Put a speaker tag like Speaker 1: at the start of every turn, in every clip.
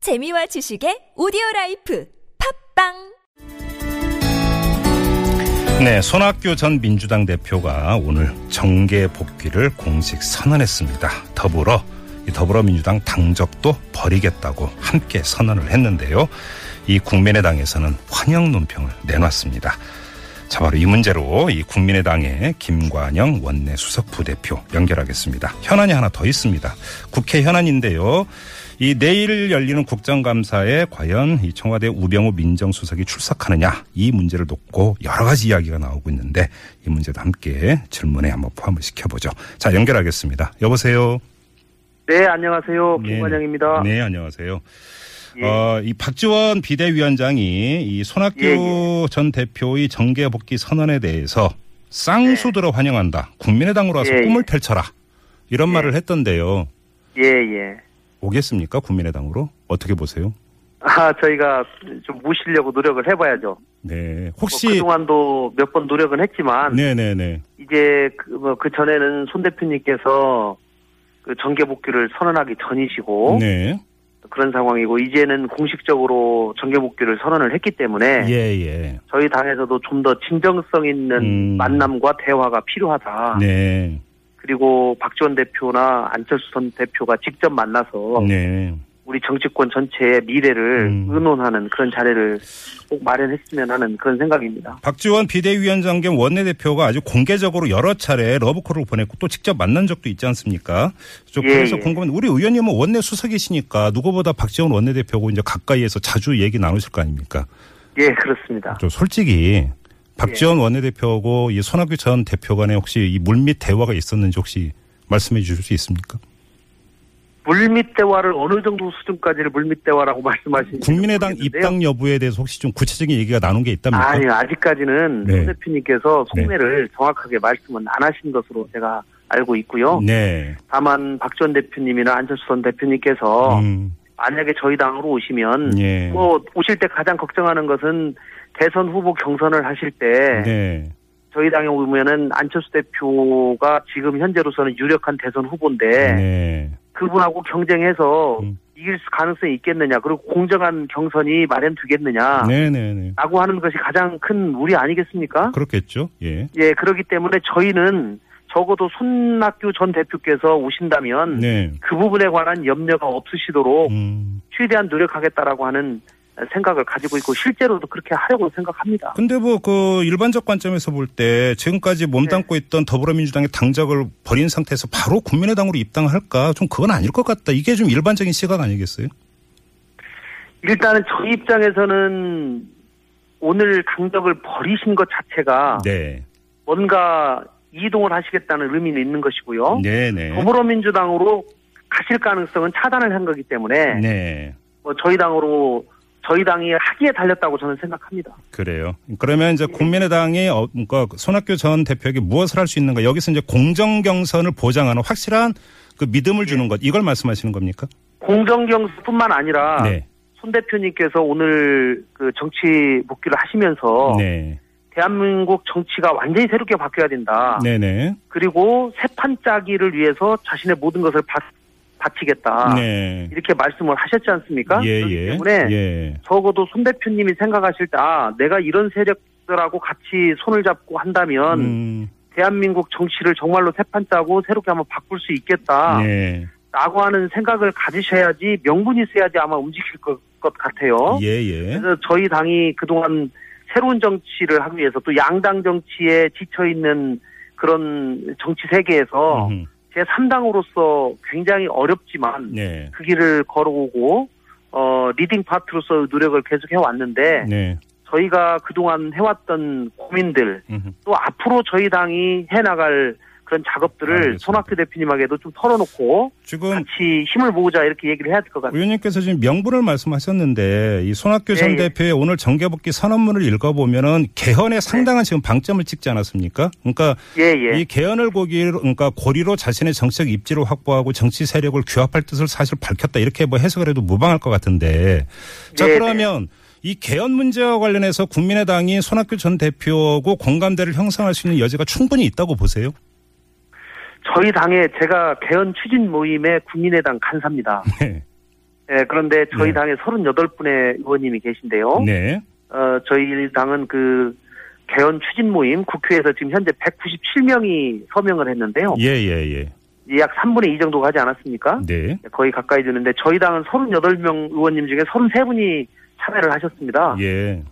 Speaker 1: 재미와 지식의 오디오 라이프 팝빵
Speaker 2: 네, 손학규 전 민주당 대표가 오늘 정계 복귀를 공식 선언했습니다. 더불어 이 더불어민주당 당적도 버리겠다고 함께 선언을 했는데요. 이 국민의당에서는 환영 논평을 내놨습니다. 자, 바로 이 문제로 이 국민의당의 김관영 원내 수석 부대표 연결하겠습니다. 현안이 하나 더 있습니다. 국회 현안인데요. 이 내일 열리는 국정감사에 과연 이 청와대 우병우 민정수석이 출석하느냐 이 문제를 놓고 여러 가지 이야기가 나오고 있는데 이 문제도 함께 질문에 한번 포함을 시켜보죠. 자, 연결하겠습니다. 여보세요.
Speaker 3: 네, 안녕하세요.
Speaker 2: 네.
Speaker 3: 김관영입니다.
Speaker 2: 네, 안녕하세요.
Speaker 3: 예.
Speaker 2: 어, 이 박지원 비대위원장이 이 손학규
Speaker 3: 예, 예.
Speaker 2: 전 대표의 정계 복귀 선언에 대해서 쌍수들어 환영한다. 국민의당으로 와서
Speaker 3: 예, 예.
Speaker 2: 꿈을 펼쳐라. 이런 말을 했던데요.
Speaker 3: 예, 예.
Speaker 2: 오겠습니까? 국민의당으로? 어떻게 보세요?
Speaker 3: 아, 저희가 좀 모시려고 노력을 해봐야죠. 뭐
Speaker 2: 네. 혹시
Speaker 3: 그동안도 몇 번 노력은 했지만,
Speaker 2: 네, 네, 네.
Speaker 3: 이제 그, 뭐, 그 전에는 손 대표님께서 그 정계 복귀를 선언하기 전이시고,
Speaker 2: 네.
Speaker 3: 그런 상황이고, 이제는 공식적으로 정계 복귀를 선언을 했기 때문에,
Speaker 2: 예, 예.
Speaker 3: 저희 당에서도 좀 더 진정성 있는
Speaker 2: 음.
Speaker 3: 만남과 대화가 필요하다.
Speaker 2: 네.
Speaker 3: 그리고 박지원 대표나 안철수 전 대표가 직접 만나서,
Speaker 2: 네.
Speaker 3: 우리 정치권 전체의 미래를
Speaker 2: 음.
Speaker 3: 의논하는 그런 자리를 꼭 마련했으면 하는 그런 생각입니다.
Speaker 2: 박지원 비대위원장 겸 원내대표가 아주 공개적으로 여러 차례 러브콜을 보냈고 또 직접 만난 적도 있지 않습니까? 저
Speaker 3: 예,
Speaker 2: 그래서
Speaker 3: 예.
Speaker 2: 궁금한 우리 의원님은 원내 수석이시니까 누구보다 박지원 원내대표하고 이제 가까이에서 자주 얘기 나누실 거 아닙니까?
Speaker 3: 예, 그렇습니다.
Speaker 2: 저 솔직히
Speaker 3: 예.
Speaker 2: 박지원 원내대표하고 이 손학규 전 대표 간에 혹시 이 물밑 대화가 있었는지 혹시 말씀해 주실 수 있습니까?
Speaker 3: 예, 물밑 대화를 어느 정도 수준까지를 물밑 대화라고 말씀하시는
Speaker 2: 국민의당 입당 여부에 대해서 혹시 좀 구체적인 얘기가 나눈 게 있답니까?
Speaker 3: 아니 아직까지는
Speaker 2: 네.
Speaker 3: 손 대표님께서 속내를 정확하게 말씀은 안 하신 것으로 제가 알고 있고요.
Speaker 2: 네.
Speaker 3: 다만 박지원 대표님이나 안철수 전 대표님께서
Speaker 2: 음,
Speaker 3: 만약에 저희 당으로 오시면
Speaker 2: 예.
Speaker 3: 어. 뭐 오실 때 가장 걱정하는 것은 대선 후보 경선을 하실 때
Speaker 2: 네.
Speaker 3: 저희 당에 오면은 안철수 대표가 지금 현재로서는 유력한 대선 후보인데
Speaker 2: 네.
Speaker 3: 그분하고 경쟁해서
Speaker 2: 음.
Speaker 3: 이길 수- 가능성이 있겠느냐 그리고 공정한 경선이 마련되겠느냐
Speaker 2: 네, 네, 네.
Speaker 3: 라고 하는 것이 가장 큰 우리 아니겠습니까?
Speaker 2: 그렇겠죠. 예.
Speaker 3: 예 그렇기 때문에 저희는 적어도 손낙규 전 대표께서 오신다면
Speaker 2: 네.
Speaker 3: 그 부분에 관한 염려가 없으시도록
Speaker 2: 음.
Speaker 3: 최대한 노력하겠다라고 하는 생각을 가지고 있고 실제로도 그렇게 하려고 생각합니다.
Speaker 2: 근데 뭐 그 일반적 관점에서 볼 때 지금까지
Speaker 3: 네.
Speaker 2: 몸담고 있던 더불어민주당의 당적을 버린 상태에서 바로 국민의당으로 입당할까? 좀 그건 아닐 것 같다. 이게 좀 일반적인 시각 아니겠어요?
Speaker 3: 일단은 저희 입장에서는 오늘 당적을 버리신 것 자체가
Speaker 2: 네.
Speaker 3: 뭔가 이동을 하시겠다는 의미는 있는 것이고요.
Speaker 2: 네, 네.
Speaker 3: 어, 뭐? 더불어민주당으로 가실 가능성은 차단을 한 거기 때문에
Speaker 2: 네.
Speaker 3: 뭐 저희 당으로 저희 당이 하기에 달렸다고 저는 생각합니다.
Speaker 2: 그래요. 그러면 이제 국민의당이 어, 그러니까 손학규 전 대표에게 무엇을 할 수 있는가? 여기서 이제 공정 경선을 보장하는 확실한 그 믿음을
Speaker 3: 네.
Speaker 2: 주는 것. 이걸 말씀하시는 겁니까?
Speaker 3: 공정경수뿐만 아니라
Speaker 2: 네.
Speaker 3: 손 대표님께서 오늘 그 정치 복귀를 하시면서
Speaker 2: 네.
Speaker 3: 대한민국 정치가 완전히 새롭게 바뀌어야 된다.
Speaker 2: 네, 네.
Speaker 3: 그리고 새 판짜기를 위해서 자신의 모든 것을 바, 바치겠다.
Speaker 2: 네.
Speaker 3: 이렇게 말씀을 하셨지 않습니까?
Speaker 2: 예,
Speaker 3: 아. 그러니까 그렇기
Speaker 2: 예.
Speaker 3: 때문에
Speaker 2: 예.
Speaker 3: 적어도 손 대표님이 생각하실 때 아, 내가 이런 세력들하고 같이 손을 잡고 한다면
Speaker 2: 음,
Speaker 3: 대한민국 정치를 정말로 새판 짜고 새롭게 한번 바꿀 수 있겠다라고
Speaker 2: 예.
Speaker 3: 하는 생각을 가지셔야지 명분이 있어야지 아마 움직일 것, 것 같아요.
Speaker 2: 예, 예.
Speaker 3: 그래서 저희 당이 그동안 새로운 정치를 하기 위해서 또 양당 정치에 지쳐 있는 그런 정치 세계에서
Speaker 2: 음,
Speaker 3: 제 3당으로서 굉장히 어렵지만
Speaker 2: 네.
Speaker 3: 그 길을 걸어오고 어, 리딩 파트로서 노력을 계속해 왔는데
Speaker 2: 네.
Speaker 3: 저희가 그동안 해왔던 고민들
Speaker 2: 음,
Speaker 3: 또 앞으로 저희 당이 해나갈 그런 작업들을
Speaker 2: 알겠습니다. 음.
Speaker 3: 손학규 대표님에게도 좀 털어놓고
Speaker 2: 지금
Speaker 3: 같이 힘을 모으자 이렇게 얘기를 해야 될 것 같아요.
Speaker 2: 의원님께서 지금 명분을 말씀하셨는데 이 손학규
Speaker 3: 예,
Speaker 2: 전
Speaker 3: 예.
Speaker 2: 대표의 오늘 정계복귀 선언문을 읽어보면은 개헌에 상당한 지금 방점을 찍지 않았습니까? 그러니까
Speaker 3: 예예.
Speaker 2: 이 개헌을 고기로 그러니까 고리로 자신의 정치적 입지를 확보하고 정치 세력을 규합할 뜻을 사실 밝혔다 이렇게 뭐 해석을 해도 무방할 것 같은데 자
Speaker 3: 네, 네.
Speaker 2: 그러면 이 개헌 문제와 관련해서 국민의당이 손학규 전 대표하고 공감대를 형성할 수 있는 여지가 충분히 있다고 보세요?
Speaker 3: 저희 당에 제가 개헌 추진 모임의 국민의당 간사입니다.
Speaker 2: 네.
Speaker 3: 예, 그런데 저희
Speaker 2: 네.
Speaker 3: 당에 38분의 의원님이 계신데요.
Speaker 2: 네.
Speaker 3: 어, 저희 당은 그 개헌 추진 모임 국회에서 지금 현재 197명이 서명을 했는데요.
Speaker 2: 예, 예, 예.
Speaker 3: 이약 3분의 2 정도가 하지 않았습니까?
Speaker 2: 네.
Speaker 3: 거의 가까이 드는데 저희 당은 38명 의원님 중에 33분이 참여를 하셨습니다.
Speaker 2: 예.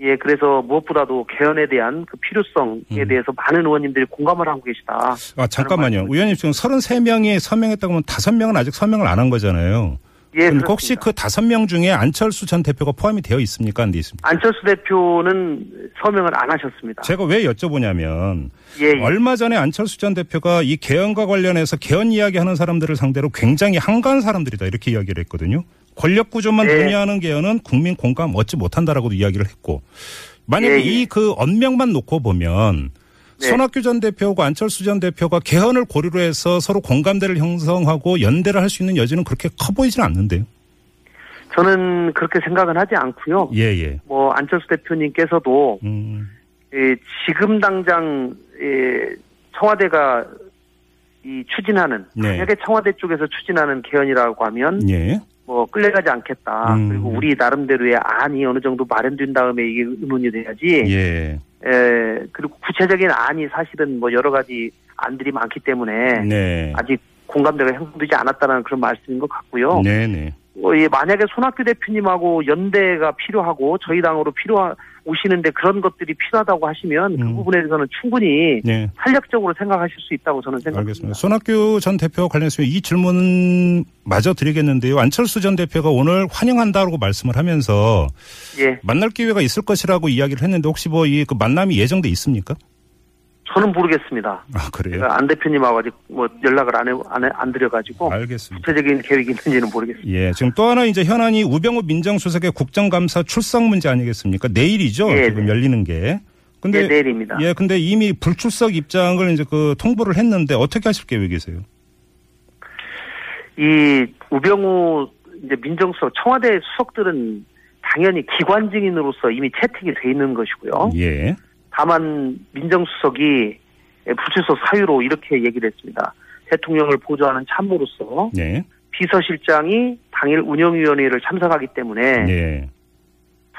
Speaker 3: 예, 그래서 무엇보다도 개헌에 대한 그 필요성에
Speaker 2: 음.
Speaker 3: 대해서 많은 의원님들이 공감을 하고 계시다.
Speaker 2: 아, 잠깐만요. 의원님 지금 33명이 서명했다고 하면 5명은 아직 서명을 안 한 거잖아요.
Speaker 3: 예,
Speaker 2: 그럼
Speaker 3: 그렇습니다.
Speaker 2: 혹시 그 5명 중에 안철수 전 대표가 포함이 되어 있습니까? 안 돼 있습니까?
Speaker 3: 안철수 대표는 서명을 안 하셨습니다.
Speaker 2: 제가 왜 여쭤보냐면
Speaker 3: 예, 예.
Speaker 2: 얼마 전에 안철수 전 대표가 이 개헌과 관련해서 개헌 이야기하는 사람들을 상대로 굉장히 한가한 사람들이다 이렇게 이야기를 했거든요. 권력 구조만
Speaker 3: 네.
Speaker 2: 논의하는 개헌은 국민 공감 얻지 못한다라고도 이야기를 했고 만약에
Speaker 3: 예, 예.
Speaker 2: 이 그 언명만 놓고 보면
Speaker 3: 네.
Speaker 2: 손학규 전 대표하고 안철수 전 대표가 개헌을 고려로 해서 서로 공감대를 형성하고 연대를 할 수 있는 여지는 그렇게 커 보이진 않는데요.
Speaker 3: 저는 그렇게 생각은 하지 않고요.
Speaker 2: 예예.
Speaker 3: 뭐 안철수 대표님께서도
Speaker 2: 음,
Speaker 3: 예, 지금 당장 예, 청와대가 이 추진하는
Speaker 2: 네.
Speaker 3: 만약에 청와대 쪽에서 추진하는 개헌이라고 하면
Speaker 2: 예.
Speaker 3: 뭐 끌려가지 않겠다.
Speaker 2: 음.
Speaker 3: 그리고 우리 나름대로의 안이 어느 정도 마련된 다음에 이게 의문이 돼야지.
Speaker 2: 예.
Speaker 3: 에, 그리고 구체적인 안이 사실은 뭐 여러 가지 안들이 많기 때문에
Speaker 2: 네.
Speaker 3: 아직 공감대가 형성되지 않았다는 그런 말씀인 것 같고요.
Speaker 2: 네네.
Speaker 3: 어, 예, 만약에 손학규 대표님하고 연대가 필요하고 저희 당으로 필요하 오시는데 그런 것들이 필요하다고 하시면 그
Speaker 2: 음.
Speaker 3: 부분에 대해서는 충분히
Speaker 2: 예.
Speaker 3: 탄력적으로 생각하실 수 있다고 저는
Speaker 2: 알겠습니다.
Speaker 3: 생각합니다.
Speaker 2: 손학규 전 대표와 관련해서 이 질문 마저 드리겠는데요. 안철수 전 대표가 오늘 환영한다라고 말씀을 하면서
Speaker 3: 예,
Speaker 2: 만날 기회가 있을 것이라고 이야기를 했는데 혹시 뭐 이 그 만남이 예정돼 있습니까?
Speaker 3: 저는 모르겠습니다.
Speaker 2: 아 그래요.
Speaker 3: 제가 안 대표님하고 아직 뭐 연락을 안, 해, 안, 해- 안 드려가지고
Speaker 2: 알겠습니다.
Speaker 3: 구체적인 계획이 있는지는 모르겠습니다.
Speaker 2: 예, 지금 또 하나 이제 현안이 우병우 민정수석의 국정감사 출석 문제 아니겠습니까? 내일이죠.
Speaker 3: 예,
Speaker 2: 지금
Speaker 3: 네.
Speaker 2: 열리는 게.
Speaker 3: 예, 내일입니다.
Speaker 2: 예, 근데 이미 불출석 입장을 이제 그 통보를 했는데 어떻게 하실 계획이세요?
Speaker 3: 이 우병우 이제 민정수석 청와대 수석들은 당연히 기관 증인으로서 이미 채택이 돼 있는 것이고요.
Speaker 2: 예.
Speaker 3: 다만 민정수석이 불출석 사유로 이렇게 얘기를 했습니다. 대통령을 보조하는 참모로서
Speaker 2: 네.
Speaker 3: 비서실장이 당일 운영위원회를 참석하기 때문에
Speaker 2: 네.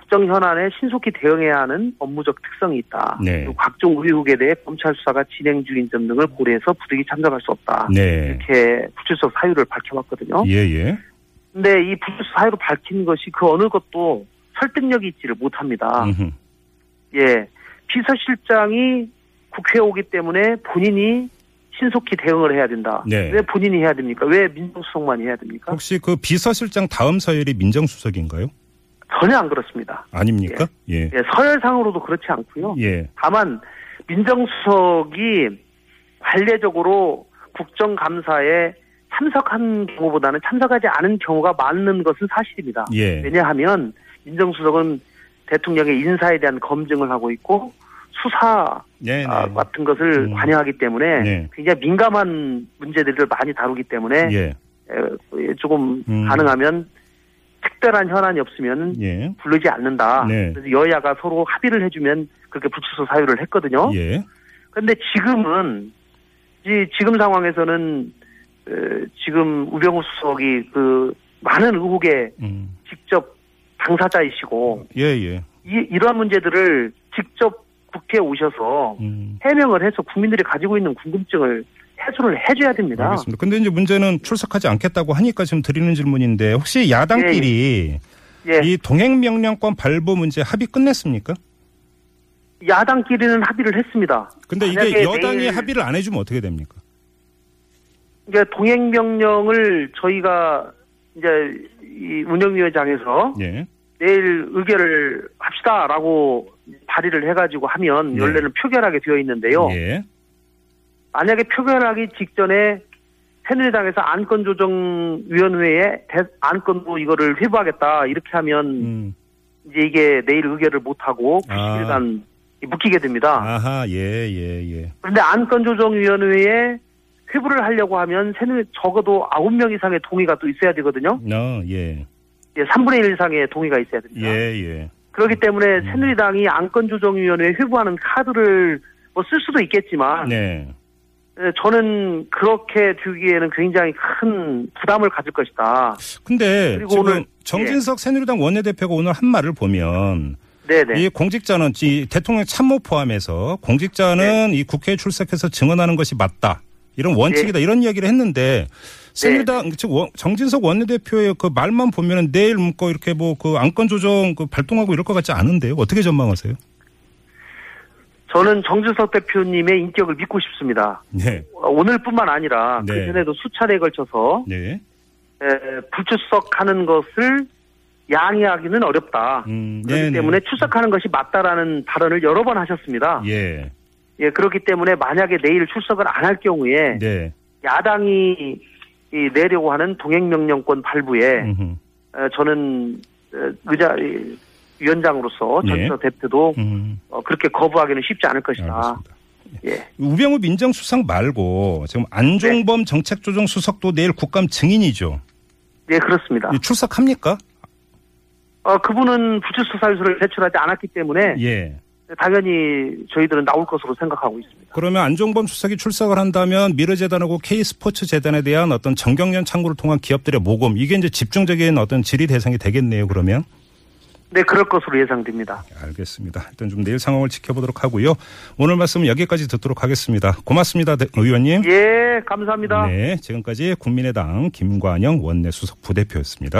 Speaker 3: 국정 현안에 신속히 대응해야 하는 업무적 특성이 있다.
Speaker 2: 네.
Speaker 3: 그리고 각종 의혹에 대해 검찰 수사가 진행 중인 점 등을 고려해서 부득이 참석할 수 없다.
Speaker 2: 네.
Speaker 3: 이렇게 불출석 사유를 밝혀왔거든요.
Speaker 2: 예, 예.
Speaker 3: 근데 이 불출석 사유로 밝힌 것이 그 어느 것도 설득력이 있지를 못합니다.
Speaker 2: 음흠.
Speaker 3: 예. 비서실장이 국회에 오기 때문에 본인이 신속히 대응을 해야 된다.
Speaker 2: 네.
Speaker 3: 왜 본인이 해야 됩니까? 왜 민정수석만 해야 됩니까?
Speaker 2: 혹시 그 비서실장 다음 서열이 민정수석인가요?
Speaker 3: 전혀 안 그렇습니다.
Speaker 2: 아닙니까? 예.
Speaker 3: 예, 서열상으로도 그렇지 않고요.
Speaker 2: 예.
Speaker 3: 다만 민정수석이 관례적으로 국정감사에 참석한 경우보다는 참석하지 않은 경우가 많은 것은 사실입니다.
Speaker 2: 예.
Speaker 3: 왜냐하면 민정수석은 대통령의 인사에 대한 검증을 하고 있고 수사
Speaker 2: 네, 네.
Speaker 3: 아, 같은 것을
Speaker 2: 음.
Speaker 3: 관여하기 때문에
Speaker 2: 네.
Speaker 3: 굉장히 민감한 문제들을 많이 다루기 때문에
Speaker 2: 예.
Speaker 3: 에, 조금
Speaker 2: 음.
Speaker 3: 가능하면 특별한 현안이 없으면
Speaker 2: 예.
Speaker 3: 부르지 않는다.
Speaker 2: 네.
Speaker 3: 그래서 여야가 서로 합의를 해주면 그렇게 불출석 사유를 했거든요.
Speaker 2: 예.
Speaker 3: 그런데 지금은 이 지금 상황에서는 에, 지금 우병우 수석이 그 많은 의혹에
Speaker 2: 음.
Speaker 3: 직접 당사자이시고
Speaker 2: 예, 예.
Speaker 3: 이, 이러한 문제들을 직접 국회에 오셔서
Speaker 2: 음.
Speaker 3: 해명을 해서 국민들이 가지고 있는 궁금증을 해소를 해줘야 됩니다.
Speaker 2: 알겠습니다. 근데 이제 문제는 출석하지 않겠다고 하니까 지금 드리는 질문인데 혹시 야당끼리
Speaker 3: 예,
Speaker 2: 이 동행명령권 발부 문제 합의 끝냈습니까?
Speaker 3: 야당끼리는 합의를 했습니다.
Speaker 2: 근데 이게
Speaker 3: 만약에
Speaker 2: 여당이
Speaker 3: 내일-
Speaker 2: 합의를 안 해주면 어떻게 됩니까?
Speaker 3: 이제 동행 명령을 저희가 이제 이 운영위원장에서
Speaker 2: 예.
Speaker 3: 내일 의결을 합시다라고 발의를 해가지고 하면
Speaker 2: 네.
Speaker 3: 원래는 표결하게 되어 있는데요.
Speaker 2: 예.
Speaker 3: 만약에 표결하기 직전에 새누리당에서 안건조정위원회에 대- 안건도 이거를 회부하겠다 이렇게 하면
Speaker 2: 음.
Speaker 3: 이제 이게 내일 의결을 못하고
Speaker 2: 아.
Speaker 3: 90일간 묶이게 됩니다.
Speaker 2: 아하, 예, 예, 예.
Speaker 3: 그런데 안건조정위원회에 회부를 하려고 하면 새누리 적어도 9명 이상의 동의가 또 있어야 되거든요.
Speaker 2: 어, 예.
Speaker 3: 예, 3분의 1 이상의 동의가 있어야
Speaker 2: 예,
Speaker 3: 됩니다.
Speaker 2: 예.
Speaker 3: 그렇기 때문에 새누리당이 안건조정위원회에 회부하는 카드를 뭐 쓸 수도 있겠지만
Speaker 2: 네.
Speaker 3: 에, 저는 그렇게 두기에는 굉장히 큰 부담을 가질 것이다.
Speaker 2: 근데
Speaker 3: 그리고
Speaker 2: 지금
Speaker 3: 오늘-
Speaker 2: 정진석 새누리당 원내대표가 오늘 한 말을 보면
Speaker 3: 네네.
Speaker 2: 이 공직자는 이 대통령 참모 포함해서 공직자는
Speaker 3: 네.
Speaker 2: 이 국회에 출석해서 증언하는 것이 맞다. 이런
Speaker 3: 네.
Speaker 2: 원칙이다. 이런 이야기를 했는데 새누리당 즉 원- 정진석 원내대표의 그 말만 보면은 내일 묶고 이렇게 뭐 그 안건 조정 그 발동하고 이럴 것 같지 않은데요. 어떻게 전망하세요?
Speaker 3: 저는 정준석 대표님의 인격을 믿고 싶습니다.
Speaker 2: 네.
Speaker 3: 어, 오늘뿐만 아니라
Speaker 2: 네.
Speaker 3: 그 전에도 수차례에 걸쳐서
Speaker 2: 네.
Speaker 3: 에, 불출석하는 것을 양해하기는 어렵다.
Speaker 2: 음,
Speaker 3: 그렇기
Speaker 2: 네, 네.
Speaker 3: 때문에 출석하는 것이 맞다라는 발언을 여러 번 하셨습니다.
Speaker 2: 예.
Speaker 3: 예, 그렇기 때문에 만약에 내일 출석을 안 할 경우에
Speaker 2: 네.
Speaker 3: 야당이 이 내려고 하는 동행명령권 발부에
Speaker 2: 음흠.
Speaker 3: 어, 저는 어, 의자 이, 위원장으로서
Speaker 2: 예.
Speaker 3: 전처 대표도
Speaker 2: 음.
Speaker 3: 어, 그렇게 거부하기는 쉽지 않을 것이다.
Speaker 2: 알겠습니다.
Speaker 3: 예.
Speaker 2: 우병우 민정수석 말고 지금
Speaker 3: 네.
Speaker 2: 안종범 정책조정수석도 내일 국감 증인이죠.
Speaker 3: 예, 그렇습니다.
Speaker 2: 이 출석합니까?
Speaker 3: 어, 그분은 부출수사유서를 제출하지 않았기 때문에
Speaker 2: 예.
Speaker 3: 당연히 저희들은 나올 것으로 생각하고 있습니다.
Speaker 2: 그러면 안종범 수석이 출석을 한다면 미르재단하고 K스포츠재단에 대한 어떤 정경련 창구를 통한 기업들의 모금 이게 이제 집중적인 어떤 질의 대상이 되겠네요. 그러면
Speaker 3: 네, 그럴 것으로 예상됩니다.
Speaker 2: 알겠습니다. 일단 좀 내일 상황을 지켜보도록 하고요. 오늘 말씀은 여기까지 듣도록 하겠습니다. 고맙습니다, 대- 의원님.
Speaker 3: 예, 감사합니다.
Speaker 2: 네, 지금까지 국민의당 김관영 원내수석 부대표였습니다.